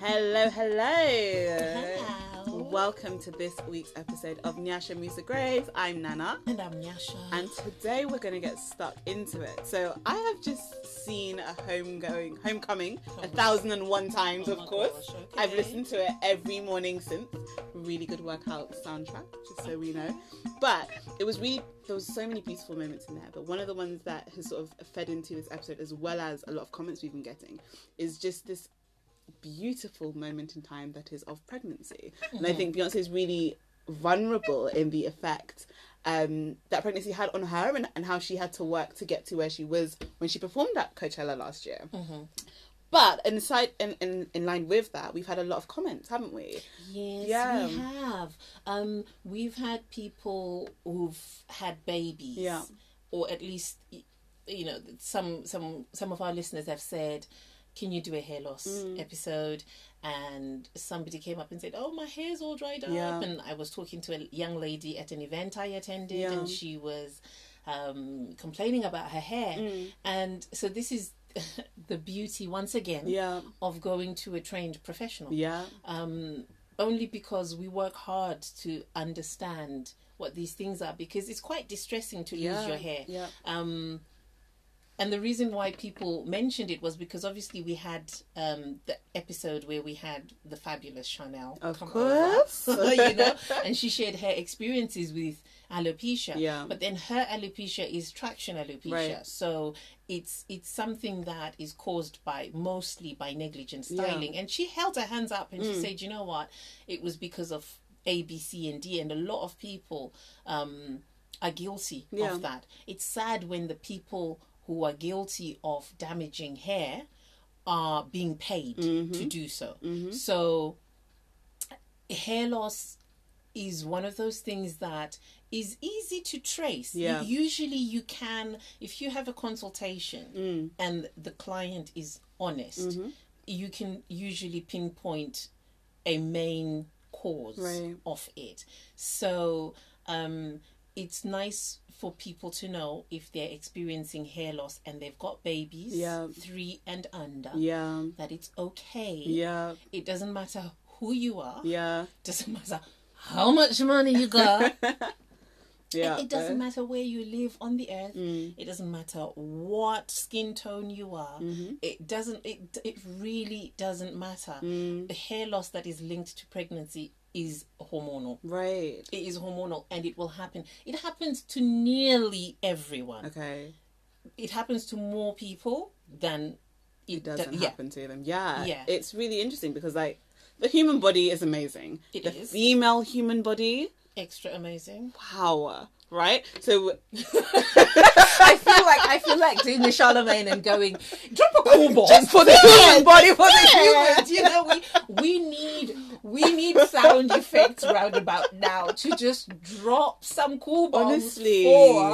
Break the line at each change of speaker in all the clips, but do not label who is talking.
Hello, hello.
Hello.
Welcome to this week's episode of Nyasha Musa Graves. I'm Nana,
And I'm Nyasha.
and today we're going to get stuck into it. So, I have just seen a homegoing, homecoming, a thousand and one times,
Oh
of
my
course.
gosh, okay.
I've listened to it every morning since. Really good workout soundtrack, just so we know. But it was really there was so many beautiful moments in there. But one of the ones that has sort of fed into this episode, as well as a lot of comments we've been getting, is just this beautiful moment in time that is of pregnancy. And I think Beyonce is really vulnerable in the effect um, that pregnancy had on her and, and how she had to work to get to where she was when she performed at Coachella last year. But inside, in, in, in line with that, we've had a lot of comments, haven't we?
Yes,
Yeah.
we have. Um, we've had people who've had babies,
Yeah.
or at least, y- you know, some some some of our listeners have said, "Can you do a hair loss
Mm.
episode?" And somebody came up and said, "Oh, my hair's all dried up."
Yeah.
And I was talking to a young lady at an event I attended,
Yeah.
and she was um, complaining about her hair.
Mm.
And so this is. the beauty once again
Yeah.
of going to a trained professional
Yeah.
um, only because we work hard to understand what these things are because it's quite distressing to
Yeah.
lose your hair.
Yeah.
Um, and the reason why people mentioned it was because obviously we had um, the episode where we had the fabulous Chanel,
Of
come
course.
over, you know, and she shared her experiences with alopecia.
Yeah.
But then her alopecia is traction alopecia,
Right.
so it's it's something that is caused by mostly by negligent
Yeah. Mm.
styling. And she held her hands up and she said, "You know what? It was because of A, B, C, and D, and a lot of people." Um, are guilty
Yeah.
of that. It's sad when the people who are guilty of damaging hair are being paid
Mm-hmm.
to do so. So, hair loss is one of those things that is easy to trace. You-
Yeah.
usually, you can, if you have a consultation
Mm.
and the client is honest,
Mm-hmm.
you can usually pinpoint a main cause
Right.
of it. So um, it's nice for people to know if they're experiencing hair loss and they've got babies,
Yeah.
three and under,
Yeah.
that it's okay.
Yeah.
It doesn't matter who you are,
Yeah.
doesn't matter how much money you got.
Yeah. eh? Mm.
It doesn't matter where you live on the earth. It doesn't matter what skin tone you are.
Mm-hmm.
It doesn't. It it really doesn't matter.
Mm.
The hair loss that is linked to pregnancy is hormonal.
Right.
It is hormonal, and it will happen. It happens to nearly everyone.
Okay.
It happens to more people than it,
it doesn't
than- yeah.
happen to them. Yeah.
Yeah.
It's really interesting because like the human body is amazing.
It
the
is.
female human body,
Extra amazing.
power, right? So
I feel like I feel like doing the Charlemagne and going drop a cool bomb.
just for the human body for the
humans,
human.
you know, we, we need we need sound effects roundabout now to just drop some cool bombs
Honestly.
for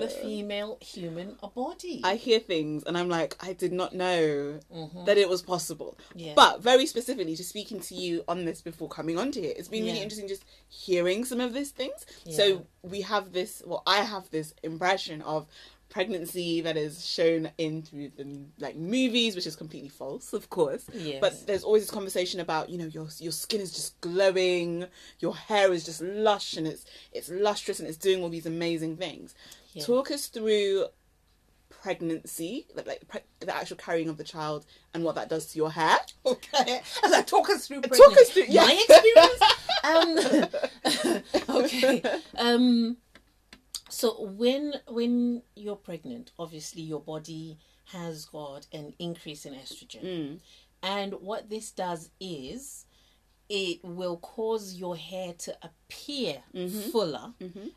the female human body.
I hear things and I'm like, I did not know that it was possible.
Mm-hmm. Yeah.
But very specifically, just speaking to you on this before coming onto here, it's been really
Yeah.
interesting just hearing some of these things.
Yeah.
So we have this, well, I have this impression of pregnancy that is shown in through the like movies which is completely false of course
Yes.
but there's always this conversation about you know your your skin is just glowing your hair is just lush and it's it's lustrous and it's doing all these amazing things
Yeah.
talk us through pregnancy, like, like pre- the actual carrying of the child, and what that does to your hair.
okay, as I talk us through
Talk us through- yeah.
my experience. um, okay, um, so when when you're pregnant, obviously your body has got an increase in estrogen,
Mm.
and what this does is it will cause your hair to appear
Mm-hmm.
fuller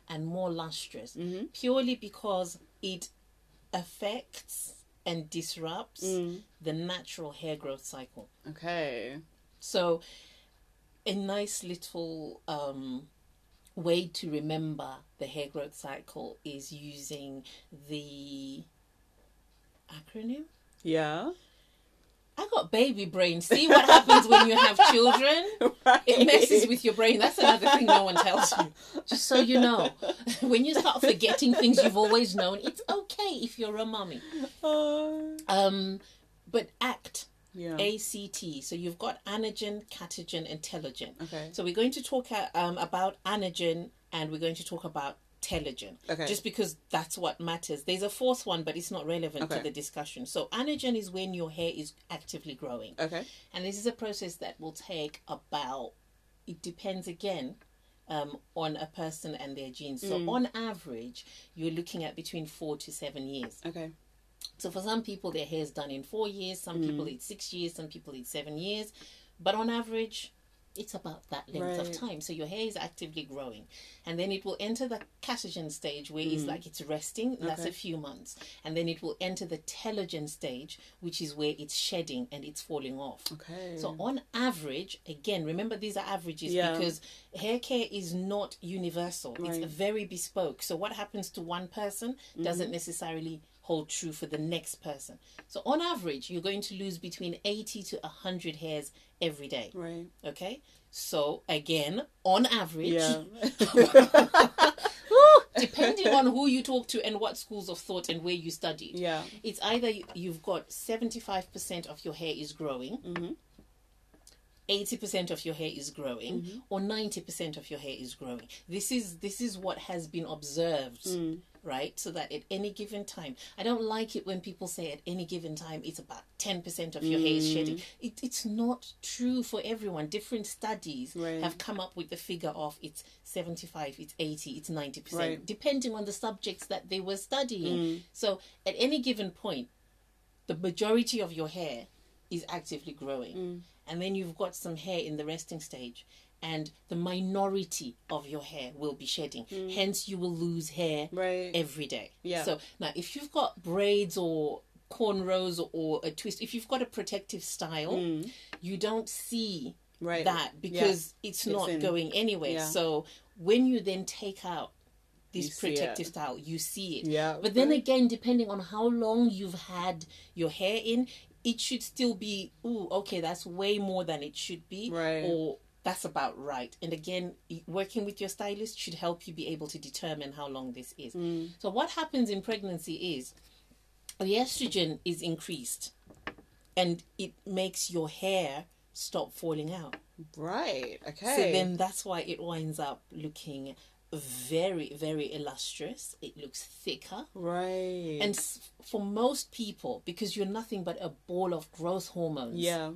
and more lustrous purely because it affects and disrupts
Mm.
the natural hair growth cycle.
Okay.
So, a nice little um, way to remember the hair growth cycle is using the acronym.
Yeah.
I got baby brain. See what happens when you have children? It messes with your brain. That's another thing no one tells you. Just so you know, when you start forgetting things you've always known, it's okay if you're a mummy.
Oh.
Um, but ACT
Yeah.
ACT. So you've got anagen, catagen, and telogen.
Okay.
So we're going to talk uh, um, about anagen and we're going to talk about telogen.
Okay.
Just because that's what matters. There's a fourth one, but it's not relevant
Okay.
to the discussion. So anagen is when your hair is actively growing.
Okay.
And this is a process that will take about, it depends again um, on a person and their genes. So,
Mm.
on average, you're looking at between four to seven years.
Okay.
So, for some people, their hair is done in four years, some
Mm.
people it's six years, some people it's seven years. But on average, it's about that length of
Right.
time. So, your hair is actively growing. And then it will enter the catagen stage where it's like it's resting, and that's
Mm. Okay.
a few months. And then it will enter the telogen stage, which is where it's shedding and it's falling off.
Okay.
So on average, again, remember these are averages
Mm. Yeah.
because hair care is not universal.
Right.
It's very bespoke. So what happens to one person
Mm-hmm.
doesn't necessarily hold true for the next person. So on average, you're going to lose between 80 to 100 hairs every day.
right.
Okay? So again, on average,
Yeah.
depending on who you talk to and what schools of thought and where you studied,
yeah.
it's either you- you've got 75% of your hair is growing,
Mm-hmm.
80% of your hair is growing,
Mm-hmm.
or 90% of your hair is growing. This is this is what has been observed,
Mm.
right? So that at any given time, I don't like it when people say at any given time it's about 10% of your hair is shedding.
Mm.
It, it's not true for everyone. Different studies
Right.
have come up with the figure of it's 75, it's 80, it's 90%,
Right. Mm.
depending on the subjects that they were studying. So at any given point, the majority of your hair is actively growing.
Mm.
And then you've got some hair in the resting stage. And the minority of your hair will be shedding. Hence, you will lose hair
Mm. Right.
every day.
Yeah.
So now, if you've got braids or cornrows or a twist, if you've got a protective style,
Mm.
you don't see
Right.
that because it's not
in.
going anywhere.
Yeah.
So when you then take out
You
this
see it.
protective style, you see it.
Yeah.
But then again, depending on how long you've had your hair in, it should still be, ooh, okay, that's way more than it should be.
Right.
Or that's about right. And again, y- working with your stylist should help you be able to determine how long this is.
Mm.
So, what happens in pregnancy is the estrogen is increased and it makes your hair stop falling out.
Right. Okay.
So then that's why it winds up looking very, very illustrious. It looks thicker.
Right.
And s- for most people, because you're nothing but a ball of growth hormones,
yeah.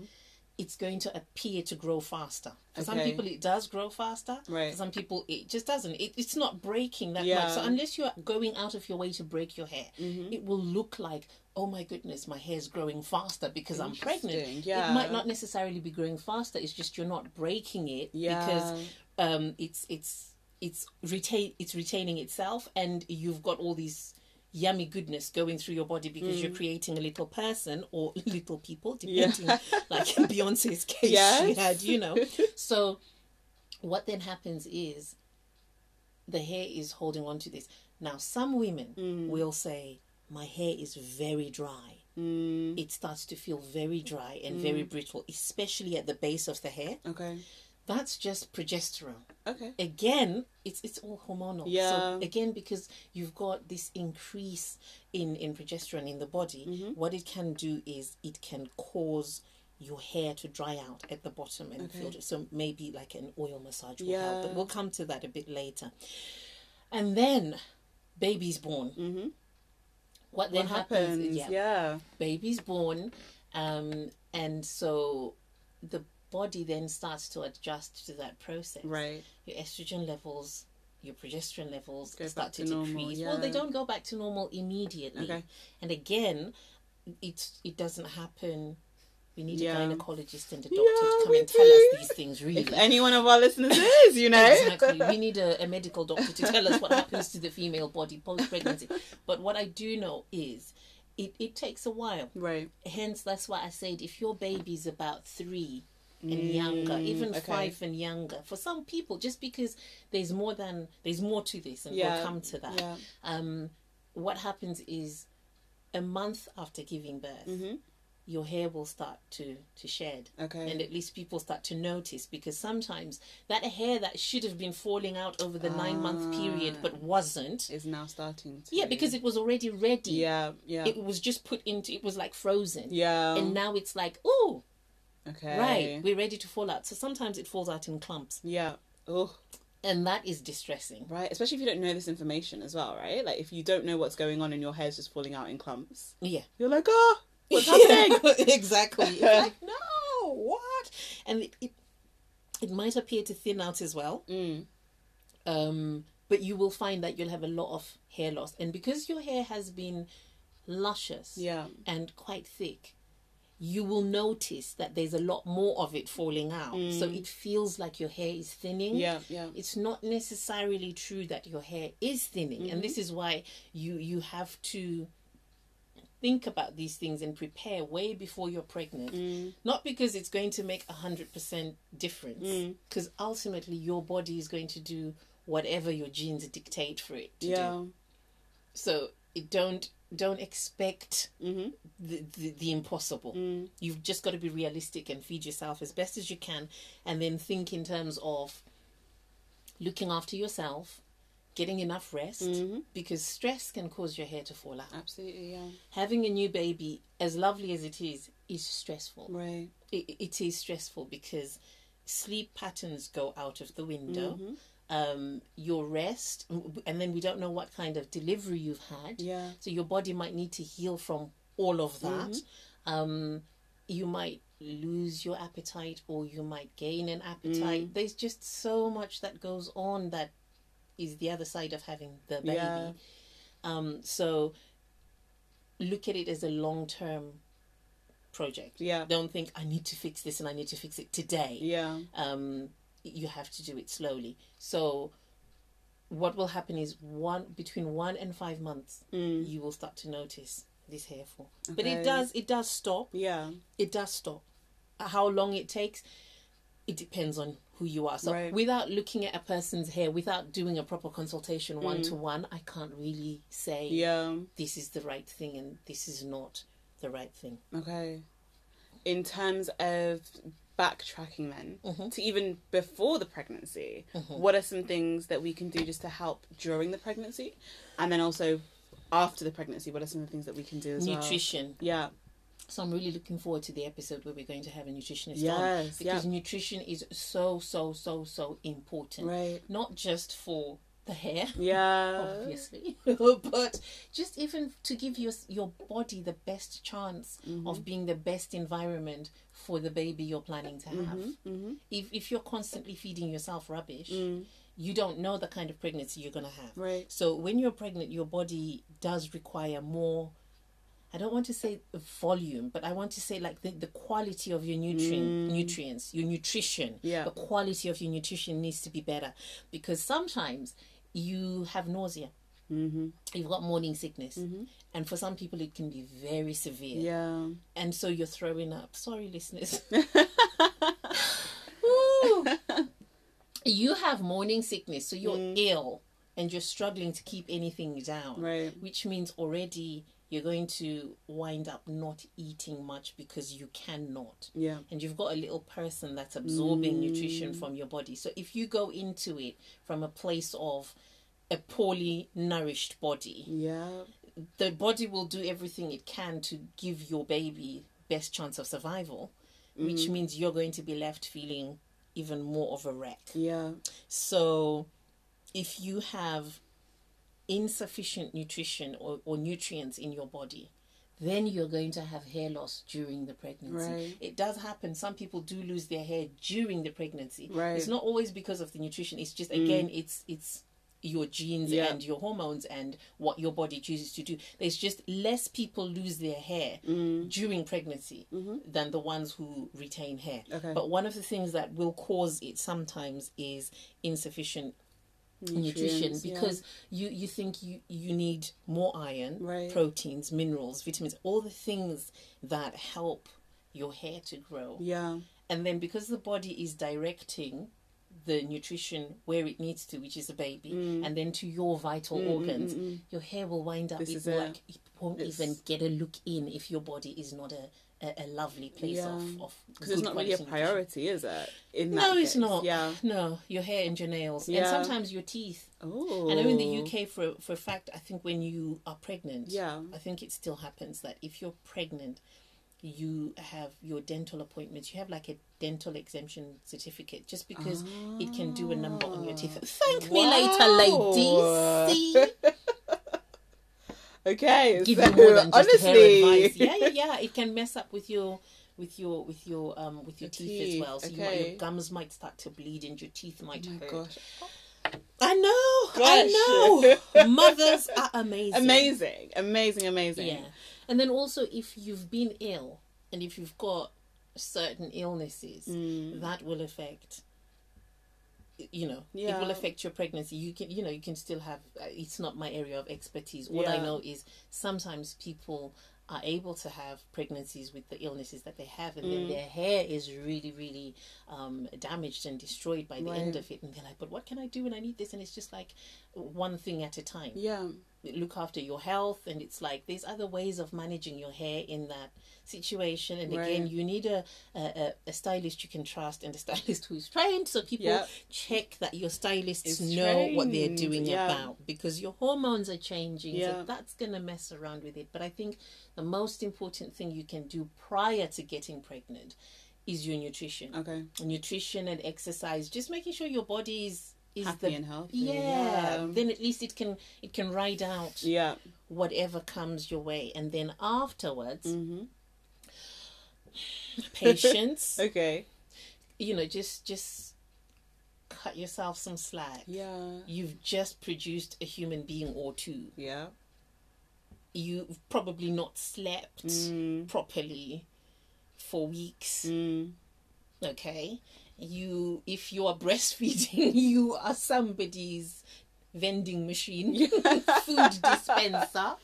it's going to appear to grow faster. For some
Okay.
people, it does grow faster.
Right.
For some people, it just doesn't. It, it's not breaking that
Yeah. Mm-hmm.
much. So unless you're going out of your way to break your hair, it will look like, oh my goodness, my hair's growing faster because I'm
Interesting,
pregnant.
yeah.
It might not necessarily be growing faster. It's just you're not breaking it
Yeah.
because um, it's it's it's retain it's retaining itself, and you've got all these yummy goodness going through your body because you're creating a little person or little people, depending, like in Beyonce's case, she
Yes.
had, you know. So, what then happens is the hair is holding on to this. Now, some women will say, "My hair is very dry." It starts to feel very dry and very brittle, especially at the base of the hair.
Okay.
That's just progesterone.
Okay.
Again, it's it's all hormonal.
Yeah.
So again, because you've got this increase in in progesterone in the body,
Mm-hmm.
what it can do is it can cause your hair to dry out at the bottom and feel so maybe like an oil massage will help.
Yeah.
But we'll come to that a bit later. And then baby's born. Mm-hmm. What then
What
happens?
happens? Yeah.
baby's born, um, and so the body then starts to adjust to that process.
Right.
Your estrogen levels, your progesterone levels
Go
start
back
to,
to normal,
decrease. Well, they
yeah.
don't go back to normal immediately.
Okay.
And again, it it doesn't happen. We need
Yeah.
a gynecologist and a doctor
Yeah,
to come
we
and tell us
do.
these things.
If
Really,
any one of our listeners is, you know.
Exactly. We need a, a medical doctor to tell us what happens to the female body post pregnancy. But what I do know is it, it takes a while.
Right.
Hence, that's why I said if your baby's about three and younger, even
Mm, okay.
five and younger, for some people, just because there's more than there's more to this, and
Yeah,
we'll come to that.
yeah.
Um, what happens is a month after giving birth, your hair will start to to shed
Mm-hmm. Okay.
and at least people start to notice because sometimes that hair that should have been falling out over the nine month period
Ah.
but wasn't
is now starting. To,
yeah because it was already ready
yeah, yeah,
it was just put into it was like frozen
yeah.
and now it's like oh
okay,
right we're ready to fall out so sometimes it falls out in clumps
Yeah. Oh,
and that is distressing
right. Especially if you don't know this information as well, right? Like if you don't know what's going on and your hair's just falling out in clumps,
yeah
you're like, oh, what's happening?
exactly It's like no what and it, it it might appear to thin out as well
Mm.
um, but you will find that you'll have a lot of hair loss. And because your hair has been luscious
Yeah.
and quite thick, you will notice that there's a lot more of it falling out. So it feels like your hair is thinning.
Mm. Yeah. Yeah.
It's not necessarily true that your hair is thinning, and
Mm-hmm.
this is why you you have to think about these things and prepare way before you're pregnant.
Mm.
Not because it's going to make a hundred percent
Mm.
difference, because ultimately your body is going to do whatever your genes dictate for it to do.
Yeah.
So it don't don't expect
Mhm.
the, the, the impossible. You've just got to be realistic and feed yourself as best as you can, and then think in terms of looking after yourself, getting enough rest, because stress can cause your hair to fall out.
Absolutely. Yeah.
Having a new baby, as lovely as it is, is stressful.
Right.
It, it is stressful because sleep patterns go out of the window. Um, your rest, and then we don't know what kind of delivery you've had.
Yeah.
So your body might need to heal from all of that.
Mm-hmm.
Um, you might lose your appetite or you might gain an
Mm.
appetite. There's just so much that goes on that is the other side of having the baby.
Yeah.
Um, so look at it as a long term project.
Yeah.
Don't think I need to fix this and I need to fix it today
Yeah.
um, you have to do it slowly. So, what will happen is one between one and five months, you will start to notice this hair fall. But
Mm. Okay.
it does it does stop.
Yeah.
It does stop. How long it takes, it depends on who you are. So,
Right.
without looking at a person's hair, without doing a proper consultation one to one, I can't really say
Mm. Yeah.
this is the right thing and this is not the right thing.
Okay. In terms of backtracking, then
Mm-hmm.
to even before the pregnancy, what are some things that we can do just to help during the pregnancy, and then also after the pregnancy? What are some of the things that we can do as
Nutrition.
well? Yeah.
So I'm really looking forward to the episode where we're going to have a nutritionist on
Yes,
because nutrition is so so so so important.
Right.
Not just for the hair,
Yeah.
obviously, but just even to give your your body the best chance
Mm-hmm.
of being the best environment for the baby you're planning to have.
Mm-hmm,
If if you're constantly feeding yourself rubbish, you don't know the kind of pregnancy you're going to have.
Mm. Right.
So when you're pregnant, your body does require more. I don't want to say volume, but I want to say like the, the quality of your nutrient nutrients, your nutrition.
Yeah.
The quality of your nutrition needs to be better because sometimes you have nausea. Mm-hmm. You've got morning sickness, and for some people it can be very severe,
Yeah.
and so you're throwing up. Sorry, listeners. Ooh. you have morning sickness, so you're ill and you're struggling to keep anything down.
Right.
Which means already you're going to wind up not eating much because you cannot.
Yeah.
And you've got a little person that's absorbing nutrition from your body. So if you go into it from a place of a poorly nourished body,
Yeah.
the body will do everything it can to give your baby best chance of survival,
Mm.
which means you're going to be left feeling even more of a wreck.
Yeah.
So, if you have insufficient nutrition or, or nutrients in your body, then you're going to have hair loss during the pregnancy.
Right.
It does happen. Some people do lose their hair during the pregnancy.
Right. Mm.
It's not always because of the nutrition. It's just again, it's it's your genes
Yeah.
and your hormones and what your body chooses to do. There's just less people lose their hair
Mm.
during pregnancy than the ones who retain hair.
Mm-hmm. Okay.
But one of the things that will cause it sometimes is insufficient nutrition
Nutrients, yeah.
because you you think you you need more iron,
Right.
proteins, minerals, vitamins, all the things that help your hair to grow.
Yeah.
And then because the body is directing the nutrition where it needs to, which is the baby,
Mm.
and then to your vital organs, your hair will wind up
This
it
is
will
it.
like it won't
It's-
even get a look in if your body is not a, a, a lovely place
Yeah.
of, of
Because it's
good
not really a
quality nutrition.
priority, is it? In
No,
that
it's
case.
not.
Yeah.
No, your hair and your nails, and
Yeah.
sometimes your teeth.
Oh.
And I know in the UK, for for a fact, I think when you are pregnant,
Yeah.
I think it still happens that if you're pregnant, you have your dental appointments. You have like a dental exemption certificate just because it can do a number on your teeth. Thank me later,
Wow.
ladies. See?
Okay.
Give
so,
you more than just
honestly,
hair advice. Yeah, yeah, yeah. It can mess up with your. With your with your um with your
Your
teeth,
teeth,
as well, so you might,
okay.
your gums might start to bleed and your teeth might
Oh my
hurt.
gosh.
I know,
Gosh.
I know. Mothers are amazing.
Amazing. Amazing, amazing.
Yeah. And then also, if you've been ill and if you've got certain illnesses,
Mm.
that will affect. You know, it will
Yeah.
affect your pregnancy. You can, you know, you can still have. uh, It's not my area of expertise. All I
Yeah.
know is sometimes people are able to have pregnancies with the illnesses that they have, and
Mm.
then their hair is really, really um, damaged and destroyed by the end
Right.
of it. And they're like, "But what can I do when I need this?" And it's just like one thing at a time
Yeah.
look after your health and it's like there's other ways of managing your hair in that situation and again
Right.
you need a, a a- a stylist you can trust and a stylist who's trained so people
Yep.
check that your stylists
Is
know what they're
trained,
doing
yeah.
about because your hormones are changing so
Yeah.
that's going to mess around with it but i think the most important thing you can do prior to getting pregnant is your nutrition
Okay.
nutrition and exercise just making sure your body is is
Happy
the
and healthy.
yeah,
Yeah.
then at least it can it can ride out
Yeah.
whatever comes your way and then afterwards
Mm. Mm-hmm.
patience
Okay.
you know just just cut yourself some slack
Yeah.
you've just produced a human being or two
Yeah.
you've probably not slept
Mm.
properly for weeks
Mm.
okay you if you are breastfeeding you are somebody's vending machine food dispenser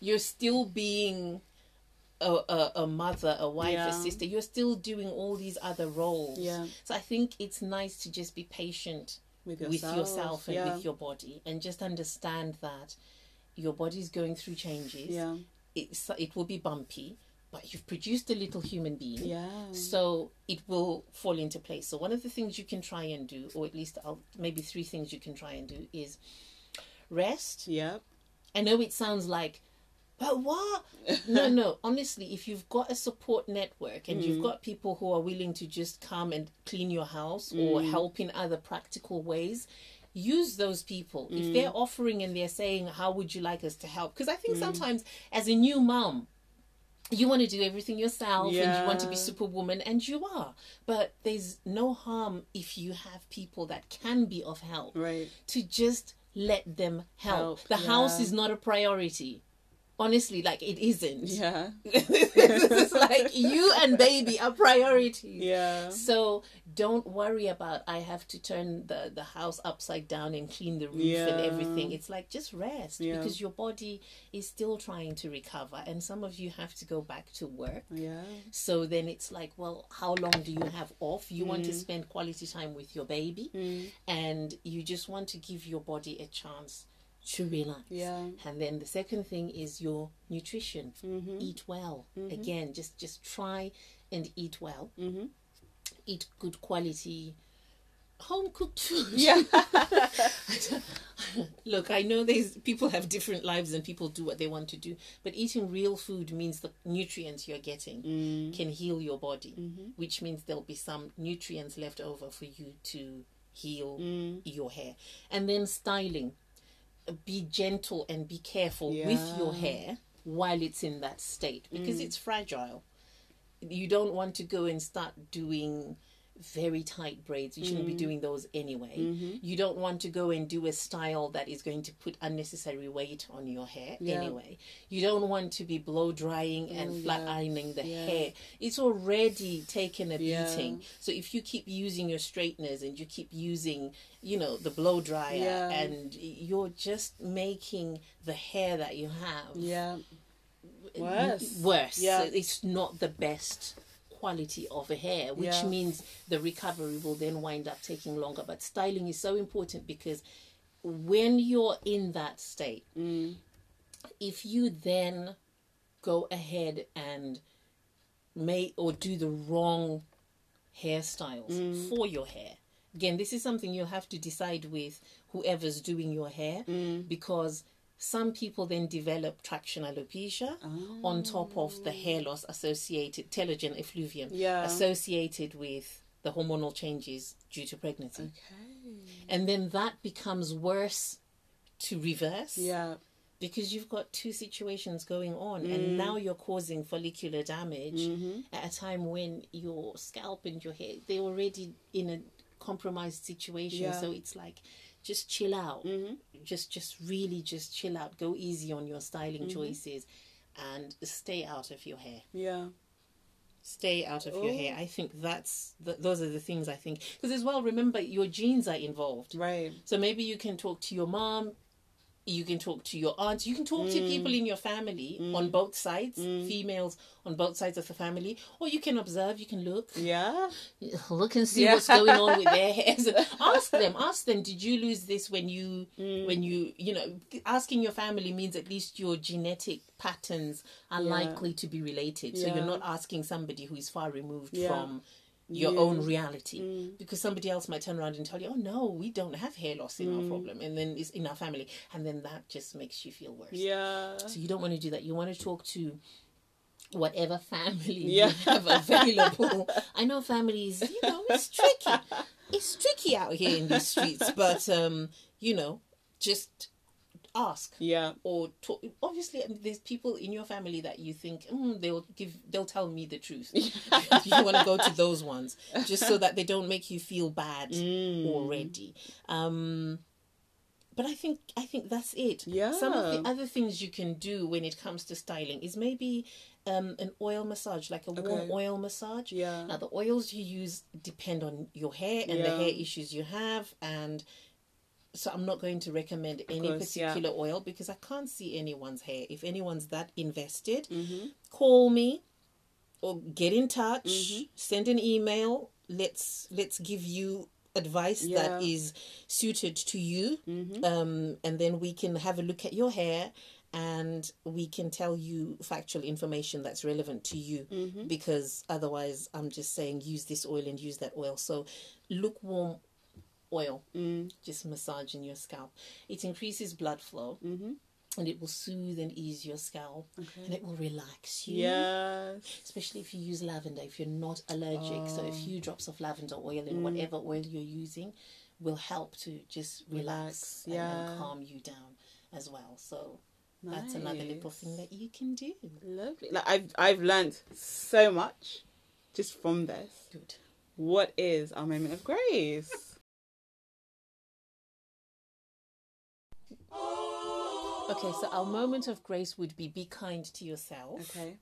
you're still being a, a, a mother a wife
Yeah.
a sister you're still doing all these other roles
Yeah.
so i think it's nice to just be patient
With
with yourself and
yeah.
with your body and just understand that your body's going through changes
Yeah.
it's, it will be bumpy but you've produced a little human being
Yeah.
so it will fall into place. So one of the things you can try and do, or at least I'll, maybe three things you can try and do, is rest.
Yep.
I know it sounds like, but what? no, no. Honestly, if you've got a support network and you've got people who are willing to just come and clean your house or help in other practical ways. Use those people if they're offering and they're saying, "How would you like us to help?" Because I think sometimes, as a new mom, you want to do everything yourself and you want to be
Yeah.
superwoman and you are but there's no harm if you have people that can be of help
Right.
to just let them help,
Help,
the house
yeah.
is not a priority honestly like it isn't
Yeah.
it's like you and baby are priorities
Yeah.
so don't worry about I have to turn the, the house upside down and clean the roof and
Yeah.
everything. It's like just rest
Yeah.
because your body is still trying to recover and some of you have to go back to work.
Yeah.
So then it's like, well, how long do you have off? You want to
Mm.
spend quality time with your baby and you just want to give your body a chance to relax.
Yeah.
And then the second thing is your nutrition.
Mm-hmm.
Eat well. Again, just just try and eat well.
Mhm.
Eat good quality home cooked food.
Yeah.
Look, I know there's people have different lives and people do what they want to do, but eating real food means the nutrients you're getting can heal your body, which means there'll be some nutrients left over for you to heal your hair. And then styling. Be gentle and be careful with your
Yeah.
hair while it's in that state because it's fragile. You don't want to go and start doing very tight braids. You
Mm.
shouldn't be doing those anyway.
Mm-hmm.
You don't want to go and do a style that is going to put unnecessary weight on your hair
Yeah.
anyway. You don't want to be blow drying and
Oh,
flat
yes.
ironing the
Yeah.
hair. It's already taken a
Yeah.
beating. So if you keep using your straighteners and you keep using, you know, the blow dryer
Yeah.
and you're just making the hair that you have
Yeah. Worse.
worse.
Yeah.
So it's not the best quality of a hair, which
Yeah.
means the recovery will then wind up taking longer. But styling is so important because when you're in that state,
Mm.
if you then go ahead and may or do the wrong hairstyles
Mm.
for your hair. Again, this is something you'll have to decide with whoever's doing your hair
Mm.
because some people then develop traction alopecia on top of the hair loss associated, telogen effluvium
Ah. Yeah.
associated with the hormonal changes due to pregnancy. And then that becomes worse to reverse
Yeah.
because you've got two situations going on and now you're causing follicular damage at a time when your scalp and your hair they're already in a compromised situation
Yeah.
so it's like just chill out just just really just chill out go easy on your styling choices and stay out of your hair
Yeah.
stay out of your hair i think that's th- those are the things i think because as well remember your genes are involved
Right.
so maybe you can talk to your mom, you can talk to your aunt, you can talk to people in your family on both sides, females on both sides of the family, or you can observe, you can look,
Yeah.
look and see
Yeah.
what's going on with their hairs. ask them, ask them, did you lose this when you,
Mm.
when you, you know, asking your family means at least your genetic patterns are
Yeah.
likely to be related. So
Yeah.
you're not asking somebody who is far removed
Yeah.
from your
You. Mm.
own reality because somebody else might turn around and tell you oh no we don't have hair loss in
Mm.
our problem and then it's in our family and then that just makes you feel worse
Yeah.
so you don't want to do that you want to talk to whatever family
Yeah.
you have available i know families you know it's tricky it's tricky out here in these streets but um you know just ask
Yeah.
or talk. Obviously, um, there's people in your family that you think mm, they'll give, they'll tell me the truth. you want to go to those ones just so that they don't make you feel bad
Mm.
already. Um, but I think I think that's it.
Yeah.
Some of the other things you can do when it comes to styling is maybe um, an oil massage, like a warm
Okay.
oil massage.
Yeah.
Now the oils you use depend on your hair and the
Yeah.
hair issues you have and so I'm not going to recommend any
course, yeah.
particular oil because I can't see anyone's hair. If anyone's that invested,
Mm-hmm.
call me or get in touch, send an email. Let's let's give you advice
Yeah.
that is suited to you, um, and then we can have a look at your hair and we can tell you factual information that's relevant to you because otherwise I'm just saying use this oil and use that oil. So lukewarm oil just massaging your scalp. It increases blood flow and it will soothe and ease your scalp and it will relax you.
Yes.
Especially if you use lavender, if you're not allergic. So a few drops of lavender oil in whatever oil you're using will help to just relax,
Relax,
and, and
yeah.
calm you down as well. So that's another little thing that you can do.
Lovely. Like I've I've learned so much just from this.
Good.
What is our moment of grace?
Okay, so our moment of grace would be be kind to yourself.
Okay.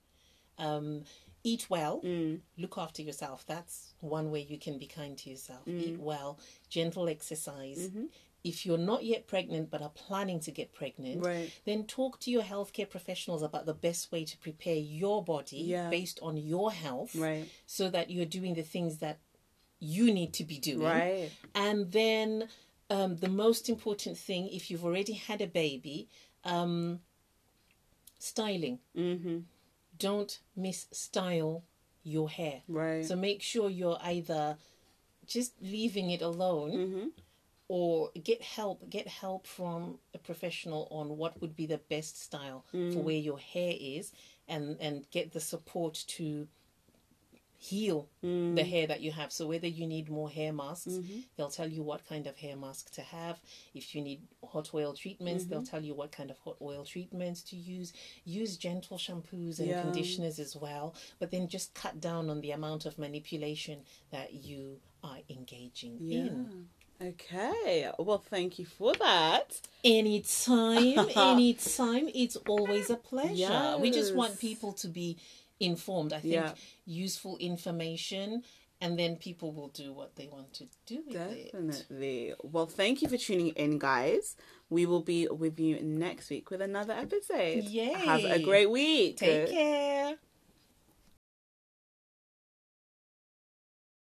um, eat well,
Mm,
look after yourself. That's one way you can be kind to yourself.
Mm.
Eat well, gentle exercise.
Mm-hmm.
If you're not yet pregnant but are planning to get pregnant,
Right.
then talk to your healthcare professionals about the best way to prepare your body
Yeah.
based on your health
Right.
so that you're doing the things that you need to be doing.
Right.
And then um, the most important thing, if you've already had a baby, um, styling. Mm-hmm. Don't misstyle your hair.
Right.
So make sure you're either just leaving it alone or get help. Get help from a professional on what would be the best style for where your hair is and, and get the support to heal the hair that you have. So whether you need more hair masks, they'll tell you what kind of hair mask to have. If you need hot oil treatments, they'll tell you what kind of hot oil treatments to use. Use gentle shampoos and
Yeah.
conditioners as well, but then just cut down on the amount of manipulation that you are engaging in.
Okay. Well, thank you for that.
Anytime, anytime. It's always a pleasure. We just want
Yes.
people to be informed. I think
Yeah.
useful information, and then people will do what they want to do with it.
Definitely. Well, thank you for tuning in, guys. We will be with you next week with another episode.
Yay.
Have a great week.
Take care.